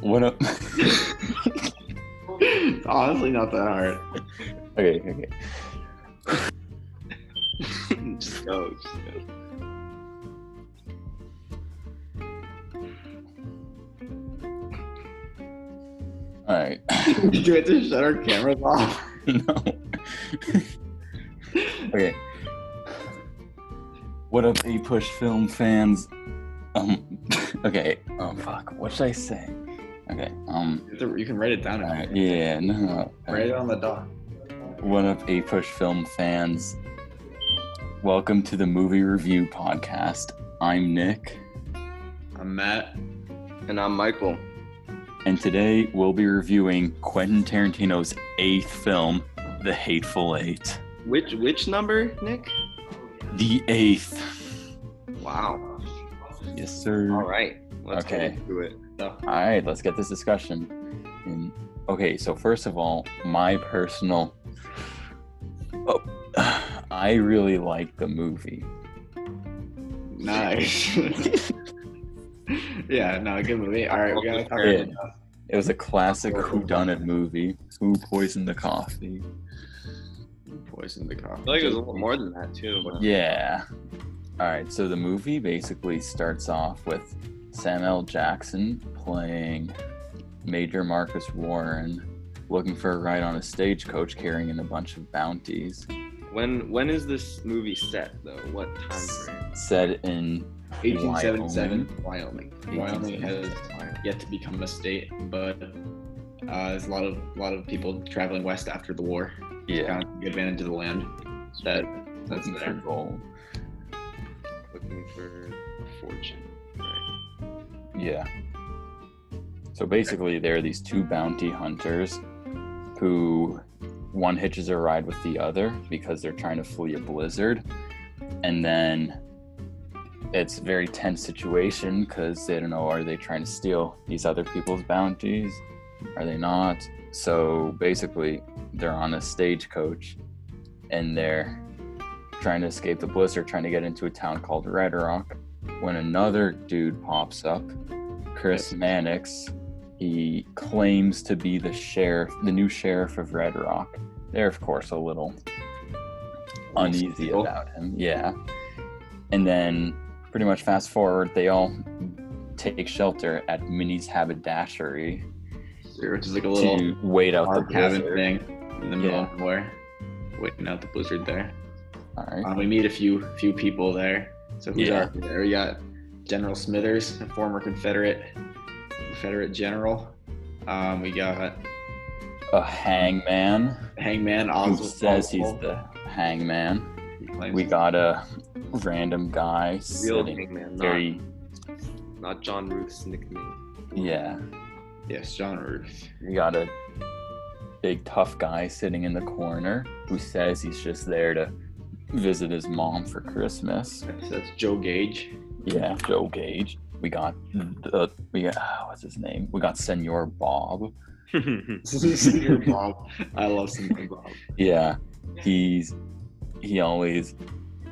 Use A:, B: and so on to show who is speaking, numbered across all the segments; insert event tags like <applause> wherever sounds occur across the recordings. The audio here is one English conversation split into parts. A: When a,
B: Honestly, not that
C: <laughs>
B: hard.
A: <laughs> okay, okay.
B: just go. Just go.
A: All right. <laughs>
B: Did you have to shut our cameras off? <laughs>
A: no. <laughs> okay. What up, A Push Film fans? Um. <laughs> Okay. Oh fuck. What should I say? Okay. Um.
B: You have to- you can write it down.
A: all
B: if you
A: right, yeah.
B: want.
A: No.
B: Write it on the dock.
A: What up, A Push Film fans? Welcome to the movie review podcast. I'm Nick,
B: I'm Matt.
C: And I'm Michael.
A: and today we'll be reviewing Quentin Tarantino's eighth film, The Hateful Eight.
C: Which which number, Nick?
A: The eighth.
C: Wow.
A: Yes, sir.
C: All right. Let's
A: Okay.
C: get into it.
A: All right, let's get this discussion. And okay, so first of all, my personal. Oh, I really like the movie.
B: Nice. <laughs> yeah, no, good movie. All right, we gotta talk
C: Yeah.
B: about that.
A: It was a classic whodunit movie. Oh, Who poisoned the coffee?
B: Poison the coffee.
C: I feel like it was a little more than that too. but-
A: Yeah. All right, so the movie basically starts off with Samuel Jackson playing Major Marcus Warren, looking for a ride on a stagecoach carrying in a bunch of bounties.
C: When when is this movie set though? What time frame?
A: Set in
B: 1877, Wyoming. Wyoming,
A: 1877.
B: has yet to become a state, but uh, there's a lot of a lot of people traveling west after the war.
A: yeah,
B: Got to get advantage of the land. That that's
A: looking for
B: there.
A: gold.
C: Looking for a fortune. Right.
A: Yeah. So basically, there are these two bounty hunters who one hitches a ride with the other because they're trying to flee a blizzard. And then it's a very tense situation because they don't know are they trying to steal these other people's bounties? Are they not? So basically, they're on a stagecoach and they're trying to escape the blizzard, trying to get into a town called Red Rock when another dude pops up, Chris Mannix. He claims to be the sheriff, the new sheriff of Red Rock. They're of course a little uneasy
B: Cool.
A: about him. Yeah. And then pretty much fast forward, they all take shelter at Minnie's haberdashery
B: Which is like a little
A: to wait out the
B: log cabin
A: blizzard.
B: thing in the middle of nowhere, waiting out the blizzard there.
A: All right.
B: Uh, we meet a few few people there. So who's
A: Yeah.
B: our there? We got General Smithers, a former Confederate Confederate general. Um, we got
A: a hangman
B: Hangman
A: who
B: Oswald.
A: says he's the hangman.
B: He claims-
A: We got a random guy
C: Real
A: sitting
C: hangman, not,
A: very
C: not John Ruth's nickname. <laughs>
A: yeah.
B: yes, John Ruth.
A: We got a big tough guy sitting in the corner who says he's just there to visit his mom for Christmas.
B: That's, <laughs> that's Joe
A: <laughs>
B: Gage. <laughs>
A: Yeah, Joe Gage. We got the we got ah, what's his name? We got Senor Bob. Um,
B: Senior Bob. I love Senior Bob.
A: Yeah, he's he always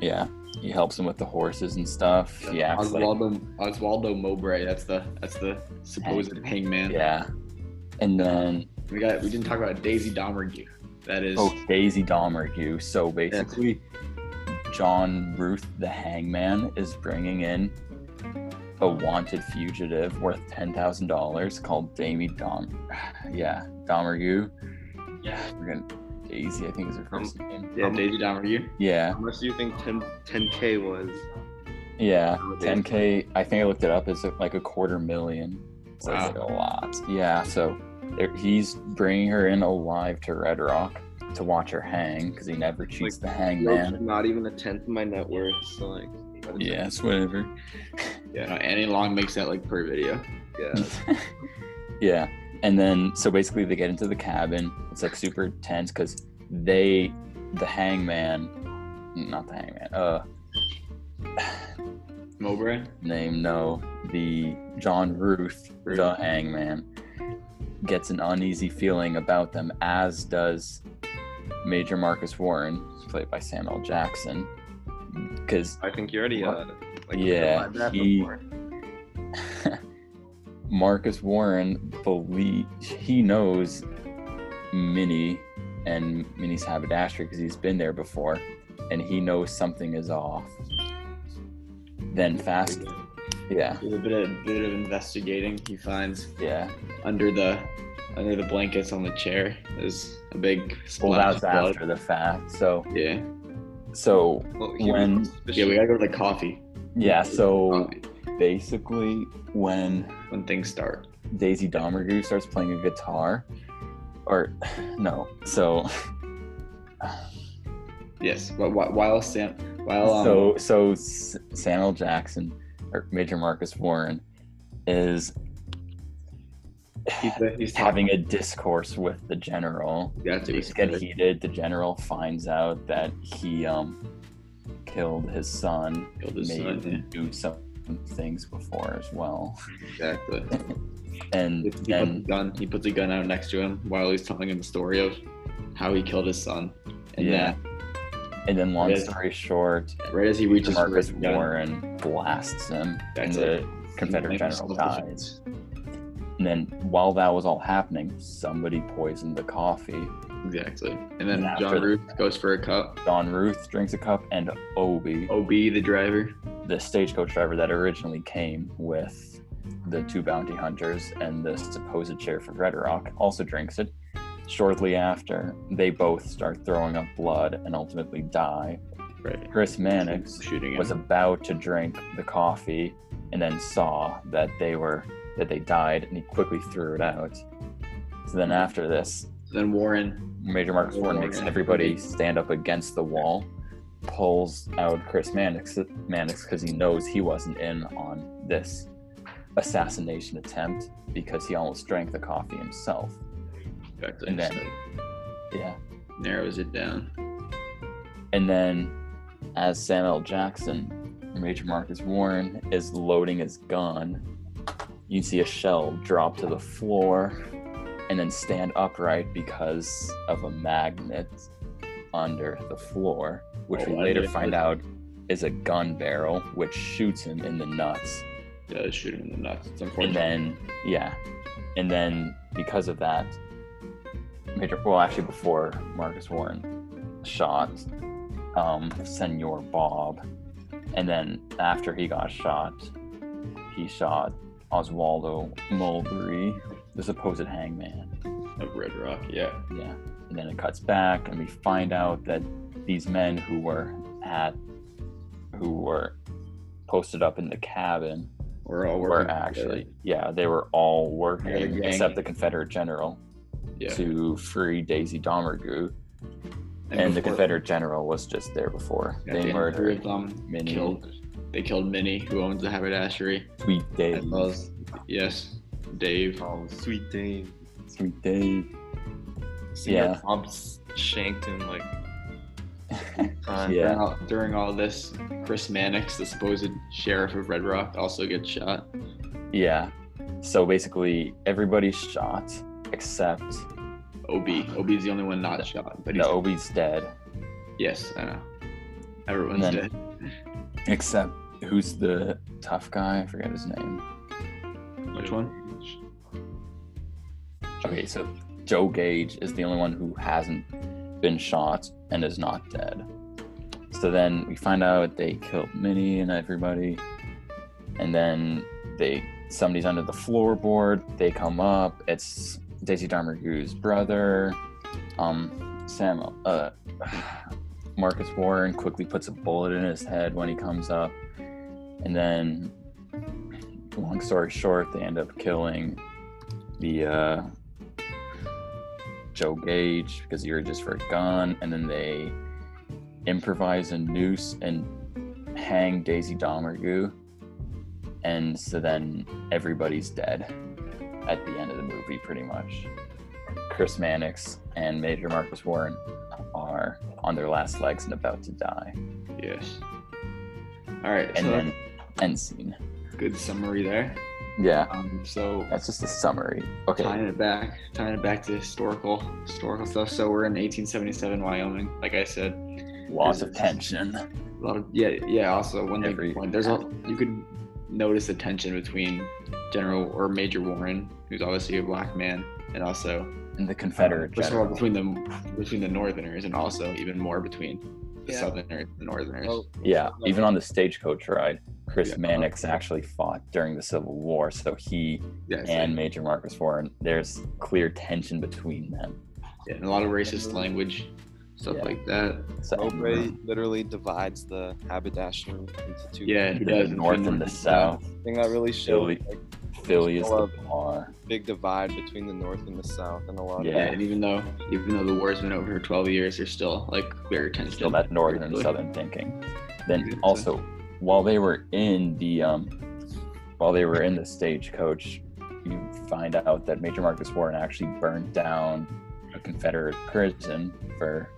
A: yeah he helps him with the horses and stuff. He acts like
B: Oswaldo Oswaldo Mowbray. That's the that's the supposed hangman.
A: Yeah. And then
B: We got we didn't talk about Daisy Domergue. That is
A: oh Daisy Domergue. So basically, John Ruth the Hangman is bringing in a wanted fugitive worth ten thousand dollars called Damie Dom. <sighs> Yeah, Domergue.
B: Yeah. Um,
A: We're gonna Daisy. I think is her first name.
B: yeah, Daisy Domergue.
A: Yeah,
C: How much do you think 10 10k was?
A: yeah.
C: Nowadays.
A: Ten k. I think I looked it up. It's like a quarter million. So
B: Wow.
A: it's like a lot. Yeah. So there, he's bringing her in alive to Red Rock to watch her hang because he never cheats the hangman.
C: Not even a tenth of my net worth. So like. what is it?
A: Yes, whatever.
B: Yeah, no, Annie Long makes that like per video.
C: Yeah.
A: <laughs> yeah. And then, so basically, they get into the cabin. It's like super tense because they, the hangman, not the hangman, uh,
B: Mowbray.
A: name, no, the John Ruth, the hangman, gets an uneasy feeling about them, as does Major Marcus Warren, played by Samuel Jackson. Because
C: I think you already uh, like
A: Yeah,
C: replied that
A: he-
C: before.
A: <laughs> Marcus Warren believe he knows Minnie and Minnie's haberdashery because he's been there before, and he knows something is off. Then fast, yeah,
B: With a bit of bit of investigating, he finds
A: yeah.
B: under the under the blankets on the chair is a big
A: Well,
B: splash
A: that's
B: of blood.
A: after the fact. So,
B: Yeah,
A: so
C: Well, he was
A: When-
B: yeah.
C: suspicious
B: We gotta go to the coffee
A: yeah, so
B: Coffee.
A: basically, when
B: when things start.
A: Daisy Domergue starts playing a guitar, or <sighs> no, so
B: Yes, but wh- while Sam, while um,
A: so so S- Samuel Jackson or Major Marcus Warren is
B: he's, he's
A: having a discourse with the general.
B: That's
A: Things get heated. The general finds out that he um killed his son,
B: Killed his
A: made
B: son, yeah.
A: him do some things before as well, <laughs>
B: Exactly. He
A: and
B: puts, a
A: then
B: gun, he puts a gun out next to him while he's telling him the story of how he killed his son. And
A: Yeah. and then long
B: Yeah.
A: story short,
B: then, right as he reaches for
A: Marcus
B: his gun,
A: Warren blasts him, and
B: That's
A: the
B: it.
A: Confederate
B: he makes
A: general
B: himself a-
A: dies. And then while that was all happening, somebody poisoned the coffee.
B: Exactly. And then
A: And after
B: John
A: that-
B: Ruth goes for a cup.
A: Don Ruth drinks a cup, and Obi,
B: OB, the driver.
A: the stagecoach driver that originally came with the two bounty hunters and the supposed sheriff of Red Rock, also drinks it. Shortly after, they both start throwing up blood and ultimately die.
B: Right.
A: Chris Mannix
B: shooting him.
A: was about to drink the coffee and then saw that they were that they died and he quickly threw it out. So then after this,
B: then Warren.
A: Major Marcus Warren makes everybody stand up against the wall, pulls out Chris Mannix Mannix because he knows he wasn't in on this assassination attempt because he almost drank the coffee himself.
B: Exactly.
A: And then-
B: so
A: Yeah.
B: narrows it down.
A: And then, as Samuel Jackson, Major Marcus Warren, is loading his gun, you see a shell drop to the floor and then stand upright because of a magnet under the floor, which
B: Oh,
A: we
B: I
A: later
B: didn't
A: find
B: know.
A: out is a gun barrel, which shoots him in the nuts.
B: Does shoot him in the nuts. It's
A: And
B: unfortunate.
A: then, yeah. And then, because of that, Major, well, actually, before Marcus Warren shot um, Senor Bob, and then after he got shot, he shot Oswaldo Mulberry, the supposed hangman.
B: Of Red Rock. Yeah.
A: Yeah. And then it cuts back, and we find out that these men who were at, who were posted up in the cabin,
B: We're all
A: were
B: working.
A: actually yeah they were all working
B: gang.
A: except the confederate general
B: Yeah.
A: to free daisy domergue and, the
B: before-
A: confederate general was just there before
B: Yeah,
A: they
B: the three of
A: murdered
B: them
A: Minnie.
B: killed. They killed Minnie, who owns the haberdashery.
A: sweet
B: As
A: dave
B: well as, yes, Dave.
C: Oh, sweet Dave.
A: sweet dave
C: Senior
A: Yeah.
C: Bob shanked him like. time.
A: <laughs> Yeah.
B: During, all, during all this, Chris Mannix, the supposed sheriff of Red Rock, also gets shot.
A: yeah so basically everybody's shot except
B: OB. OB's the only one not shot, but he's
A: no obi's dead
B: yes, I know. Everyone's
A: Then-
B: dead.
A: except who's the tough guy i forget his name
B: Which one?
A: okay so joe gage is the only one who hasn't been shot and is not dead so then we find out they killed minnie and everybody and then they somebody's under the floorboard they come up it's daisy darmague's brother um sam uh <sighs> marcus warren quickly puts a bullet in his head when he comes up and then long story short they end up killing the uh Joe Gage because he urges for a gun, and then they improvise a noose and hang Daisy Domergue. And so then everybody's dead at the end of the movie, pretty much. Chris Mannix and Major Marcus Warren are on their last legs and about to die.
B: Yes. All right,
A: And
B: so
A: then end scene.
B: good summary there.
A: Yeah,
B: Um, so
A: that's just a summary. Okay.
B: tying it back, tying it back to historical historical stuff. So we're in 1877 Wyoming, like I said.
A: Lots of tension.
B: A lot of yeah, yeah. Also, one thing
A: Every-
B: to point, there's a you could notice the tension between General or Major Warren, who's obviously a black man, and also
A: And the Confederate
B: first of all
A: general.
B: between the between the Northerners, and also even more between the
C: Yeah.
B: Southerners and Northerners.
C: Oh,
A: Yeah, even on the stagecoach ride, Chris
B: Yeah. uh-huh.
A: Mannix actually fought during the Civil War, so he
B: yeah, so-
A: and Major Marcus Warren, there's clear tension between them.
B: yeah, and a lot of racist language, stuff
A: Yeah.
B: like that.
A: So
C: Mowbray literally divides the haberdashery into two.
B: Yeah,
A: the
B: he does.
A: North and the South,
C: I think that really shows
A: Philly.
C: like,
A: Philly is the
C: Well,
A: bar.
C: big divide between the North and the South, and a lot.
A: Yeah.
B: Yeah, and even though even though the war's been over for 12 years, there's still like very tension.
A: still that northern and
B: Really?
A: southern thinking.
B: Yeah,
A: Then
B: so-
A: also, while they were in the um, while they were in the stagecoach, you find out that Major Marcus Warren actually burned down a Confederate prison for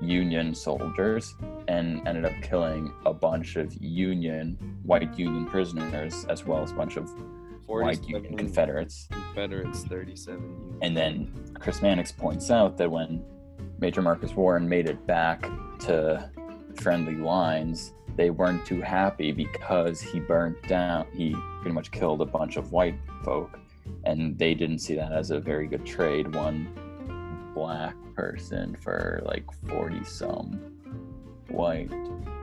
A: Union soldiers and ended up killing a bunch of Union white Union prisoners as well as a bunch of
C: of
A: white Union Confederates.
C: Confederates, thirty-seven. Union.
A: And then Chris Mannix points out that when Major Marcus Warren made it back to friendly lines, they weren't too happy because he burnt down, he pretty much killed a bunch of white folk. And they didn't see that as a very good trade. One black person for like 40 some white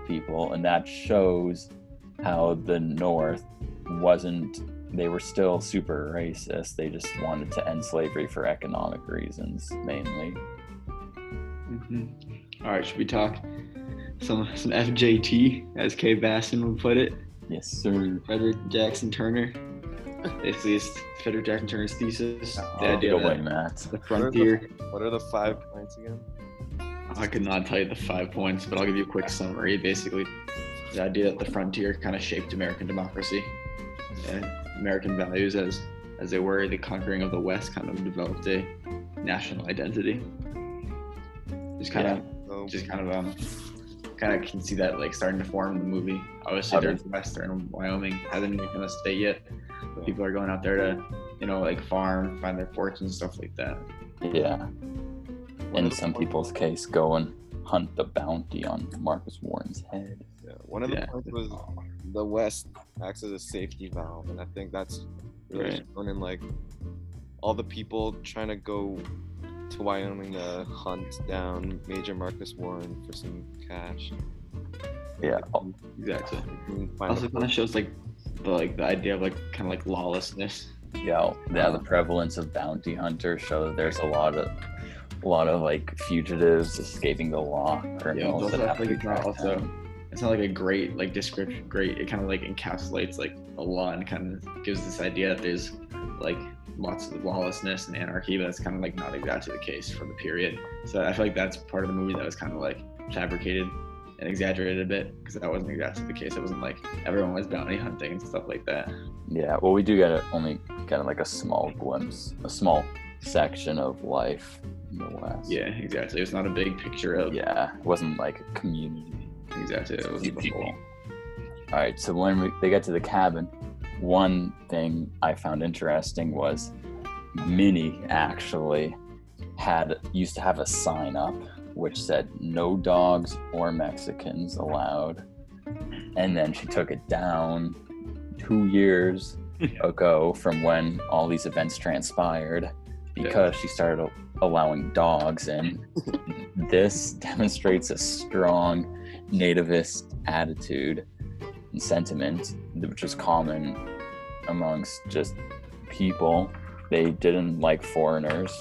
A: people. And that shows how the North wasn't they were still super racist. They just wanted to end slavery for economic reasons mainly.
B: Mhm. All right, should we talk some some FJT, as Kay Basson would put it,
A: Yes, sir.
B: Frederick Jackson Turner. Basically, it's Frederick Jackson Turner's thesis. The
A: Take it
B: idea
A: away,
B: that
A: Matt.
B: the frontier.
C: What are the five points again?
B: I could not tell you the five points, but I'll give you a quick summary. Basically, the idea that the frontier kind of shaped American democracy and American values as as they were. The conquering of the West kind of developed a national identity. Just kind of
C: So,
B: just kind of um kind of can see that like starting to form in the movie. Obviously
A: Okay.
B: there's Western and Wyoming hasn't become a state yet. But people are going out there to, you know, like farm, find their fortune, stuff like that.
A: Yeah.
C: one
A: In
C: of the
A: some
C: points-
A: people's case, go and hunt the bounty on Marcus Warren's head.
C: yeah, one of the
B: Yeah.
C: points was the West acts as a safety valve, and I think that's really
B: Right.
C: shown in like all the people trying to go to Wyoming to hunt down Major Marcus Warren for some cash.
A: Yeah.
B: Exactly.
C: And find
B: Also
C: a-
B: kind of shows like the like the idea of like kind of like lawlessness.
A: Yeah, yeah. The prevalence of bounty hunters show that there's a lot of, a lot of like fugitives escaping the law, criminals
B: also,
A: that
B: I
A: have to
B: think
A: be
B: it's not
A: tracked
B: also-
A: down.
B: It's not like a great like description great it kind of like encapsulates like the law and kind of gives this idea that there's like lots of lawlessness and anarchy, but that's kind of like not exactly the case for the period. So I feel like that's part of the movie that was kind of like fabricated and exaggerated a bit because that wasn't exactly the case. It wasn't like everyone was bounty hunting and stuff like that.
A: Yeah, well, we do get a, only kind of like a small glimpse, a small section of life in the West.
B: Yeah, exactly. It's not a big picture of
A: Yeah, it wasn't like a community.
B: exactly. It wasn't the whole.
A: All right, so when we, they get to the cabin, one thing I found interesting was Minnie actually had used to have a sign up which said no dogs or Mexicans allowed. And then she took it down two years ago from when all these events transpired because she started al- allowing dogs in. this demonstrates a strong nativist attitude and sentiment, which was common amongst just people. They didn't like foreigners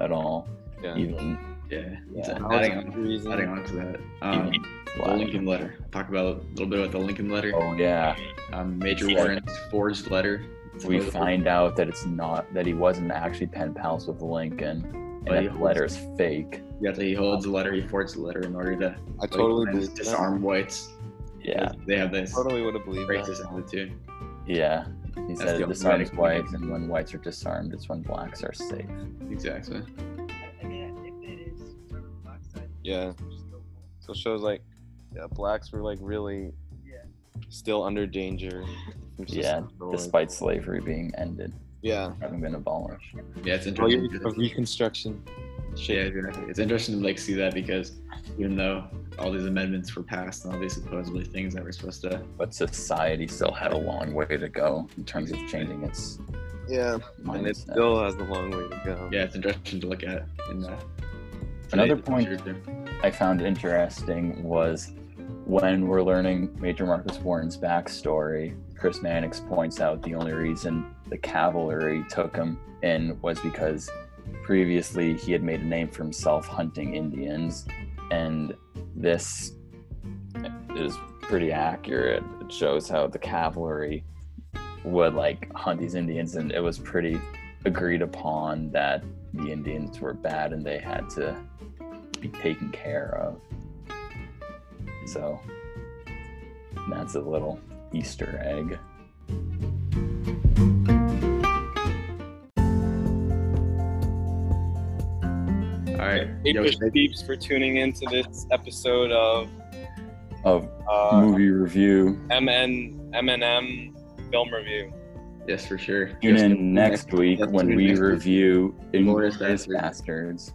A: at all,
C: yeah.
A: even
B: Yeah.
A: Yeah.
B: So
C: That was
B: adding on,
C: the reason-
B: adding on to that. Um, the
A: black.
B: Lincoln letter. Talk about a little bit about the Lincoln letter.
A: Oh yeah,
B: Um, Major
A: Yeah.
B: Warren's forged letter.
A: we find out that it's not that he wasn't actually pen pals with Lincoln, and
B: But he
A: that the letter is fake.
B: Yeah, he holds the letter. He forged the letter in order to like,
C: I totally believe that.
B: disarm whites.
A: Yeah,
B: They have this
C: Totally would have believed that.
B: racist attitude.
A: yeah. He
B: That's
A: said
B: the
A: it
B: only
A: disarms
B: way to-
A: whites, and when whites are disarmed, it's when blacks are safe.
B: Exactly.
D: I mean, I think that is sort of black side.
C: Yeah. So it shows like yeah, blacks were like really
D: Yeah.
C: still under danger. from
A: Yeah,
C: societal, like-
A: despite slavery being ended,
C: yeah.
A: having been abolished.
B: Yeah, it's
C: Failure
B: interesting.
C: of Reconstruction.
B: Yeah, exactly. It's interesting to like see that because even though all these amendments were passed and all these supposedly things that were supposed to
A: But society still had a long way to go in terms of changing its
C: Yeah,
A: mindset.
C: and it still has a long way to go.
B: yeah, it's interesting to look at. In uh,
A: Another
B: today's
A: point-
B: future.
A: I found interesting was when we're learning Major Marcus Warren's backstory, Chris Mannix points out the only reason the cavalry took him in was because previously he had made a name for himself hunting Indians, and this is pretty accurate. It shows how the cavalry would like hunt these Indians, and it was pretty agreed upon that the Indians were bad and they had to be taken care of. So that's a little Easter egg.
B: All right,
E: Thank
B: yo,
E: you,
B: should I-
E: peeps, for tuning in to this episode of
A: Of
E: uh,
A: movie review.
E: MN MNM film review.
B: yes, for sure.
A: Tune
B: Yes,
A: in next week
B: yes,
A: when
B: tune in
A: we
B: next week.
A: review
B: Inglourious
A: Inglourious
B: Basterds.
A: Bastards.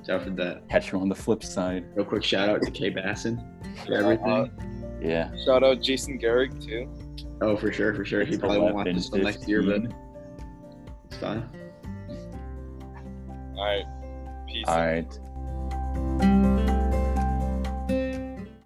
B: Watch out for that.
A: Catch you on the flip side.
B: Real quick shout out to Kay Basson for everything.
E: Uh,
A: Yeah.
E: shout out Jason Garrick too.
B: oh, for sure, for sure. He probably won't watch this till next year, but
A: 11:15.
B: it's fine.
E: All right, peace.
A: All right.
E: out.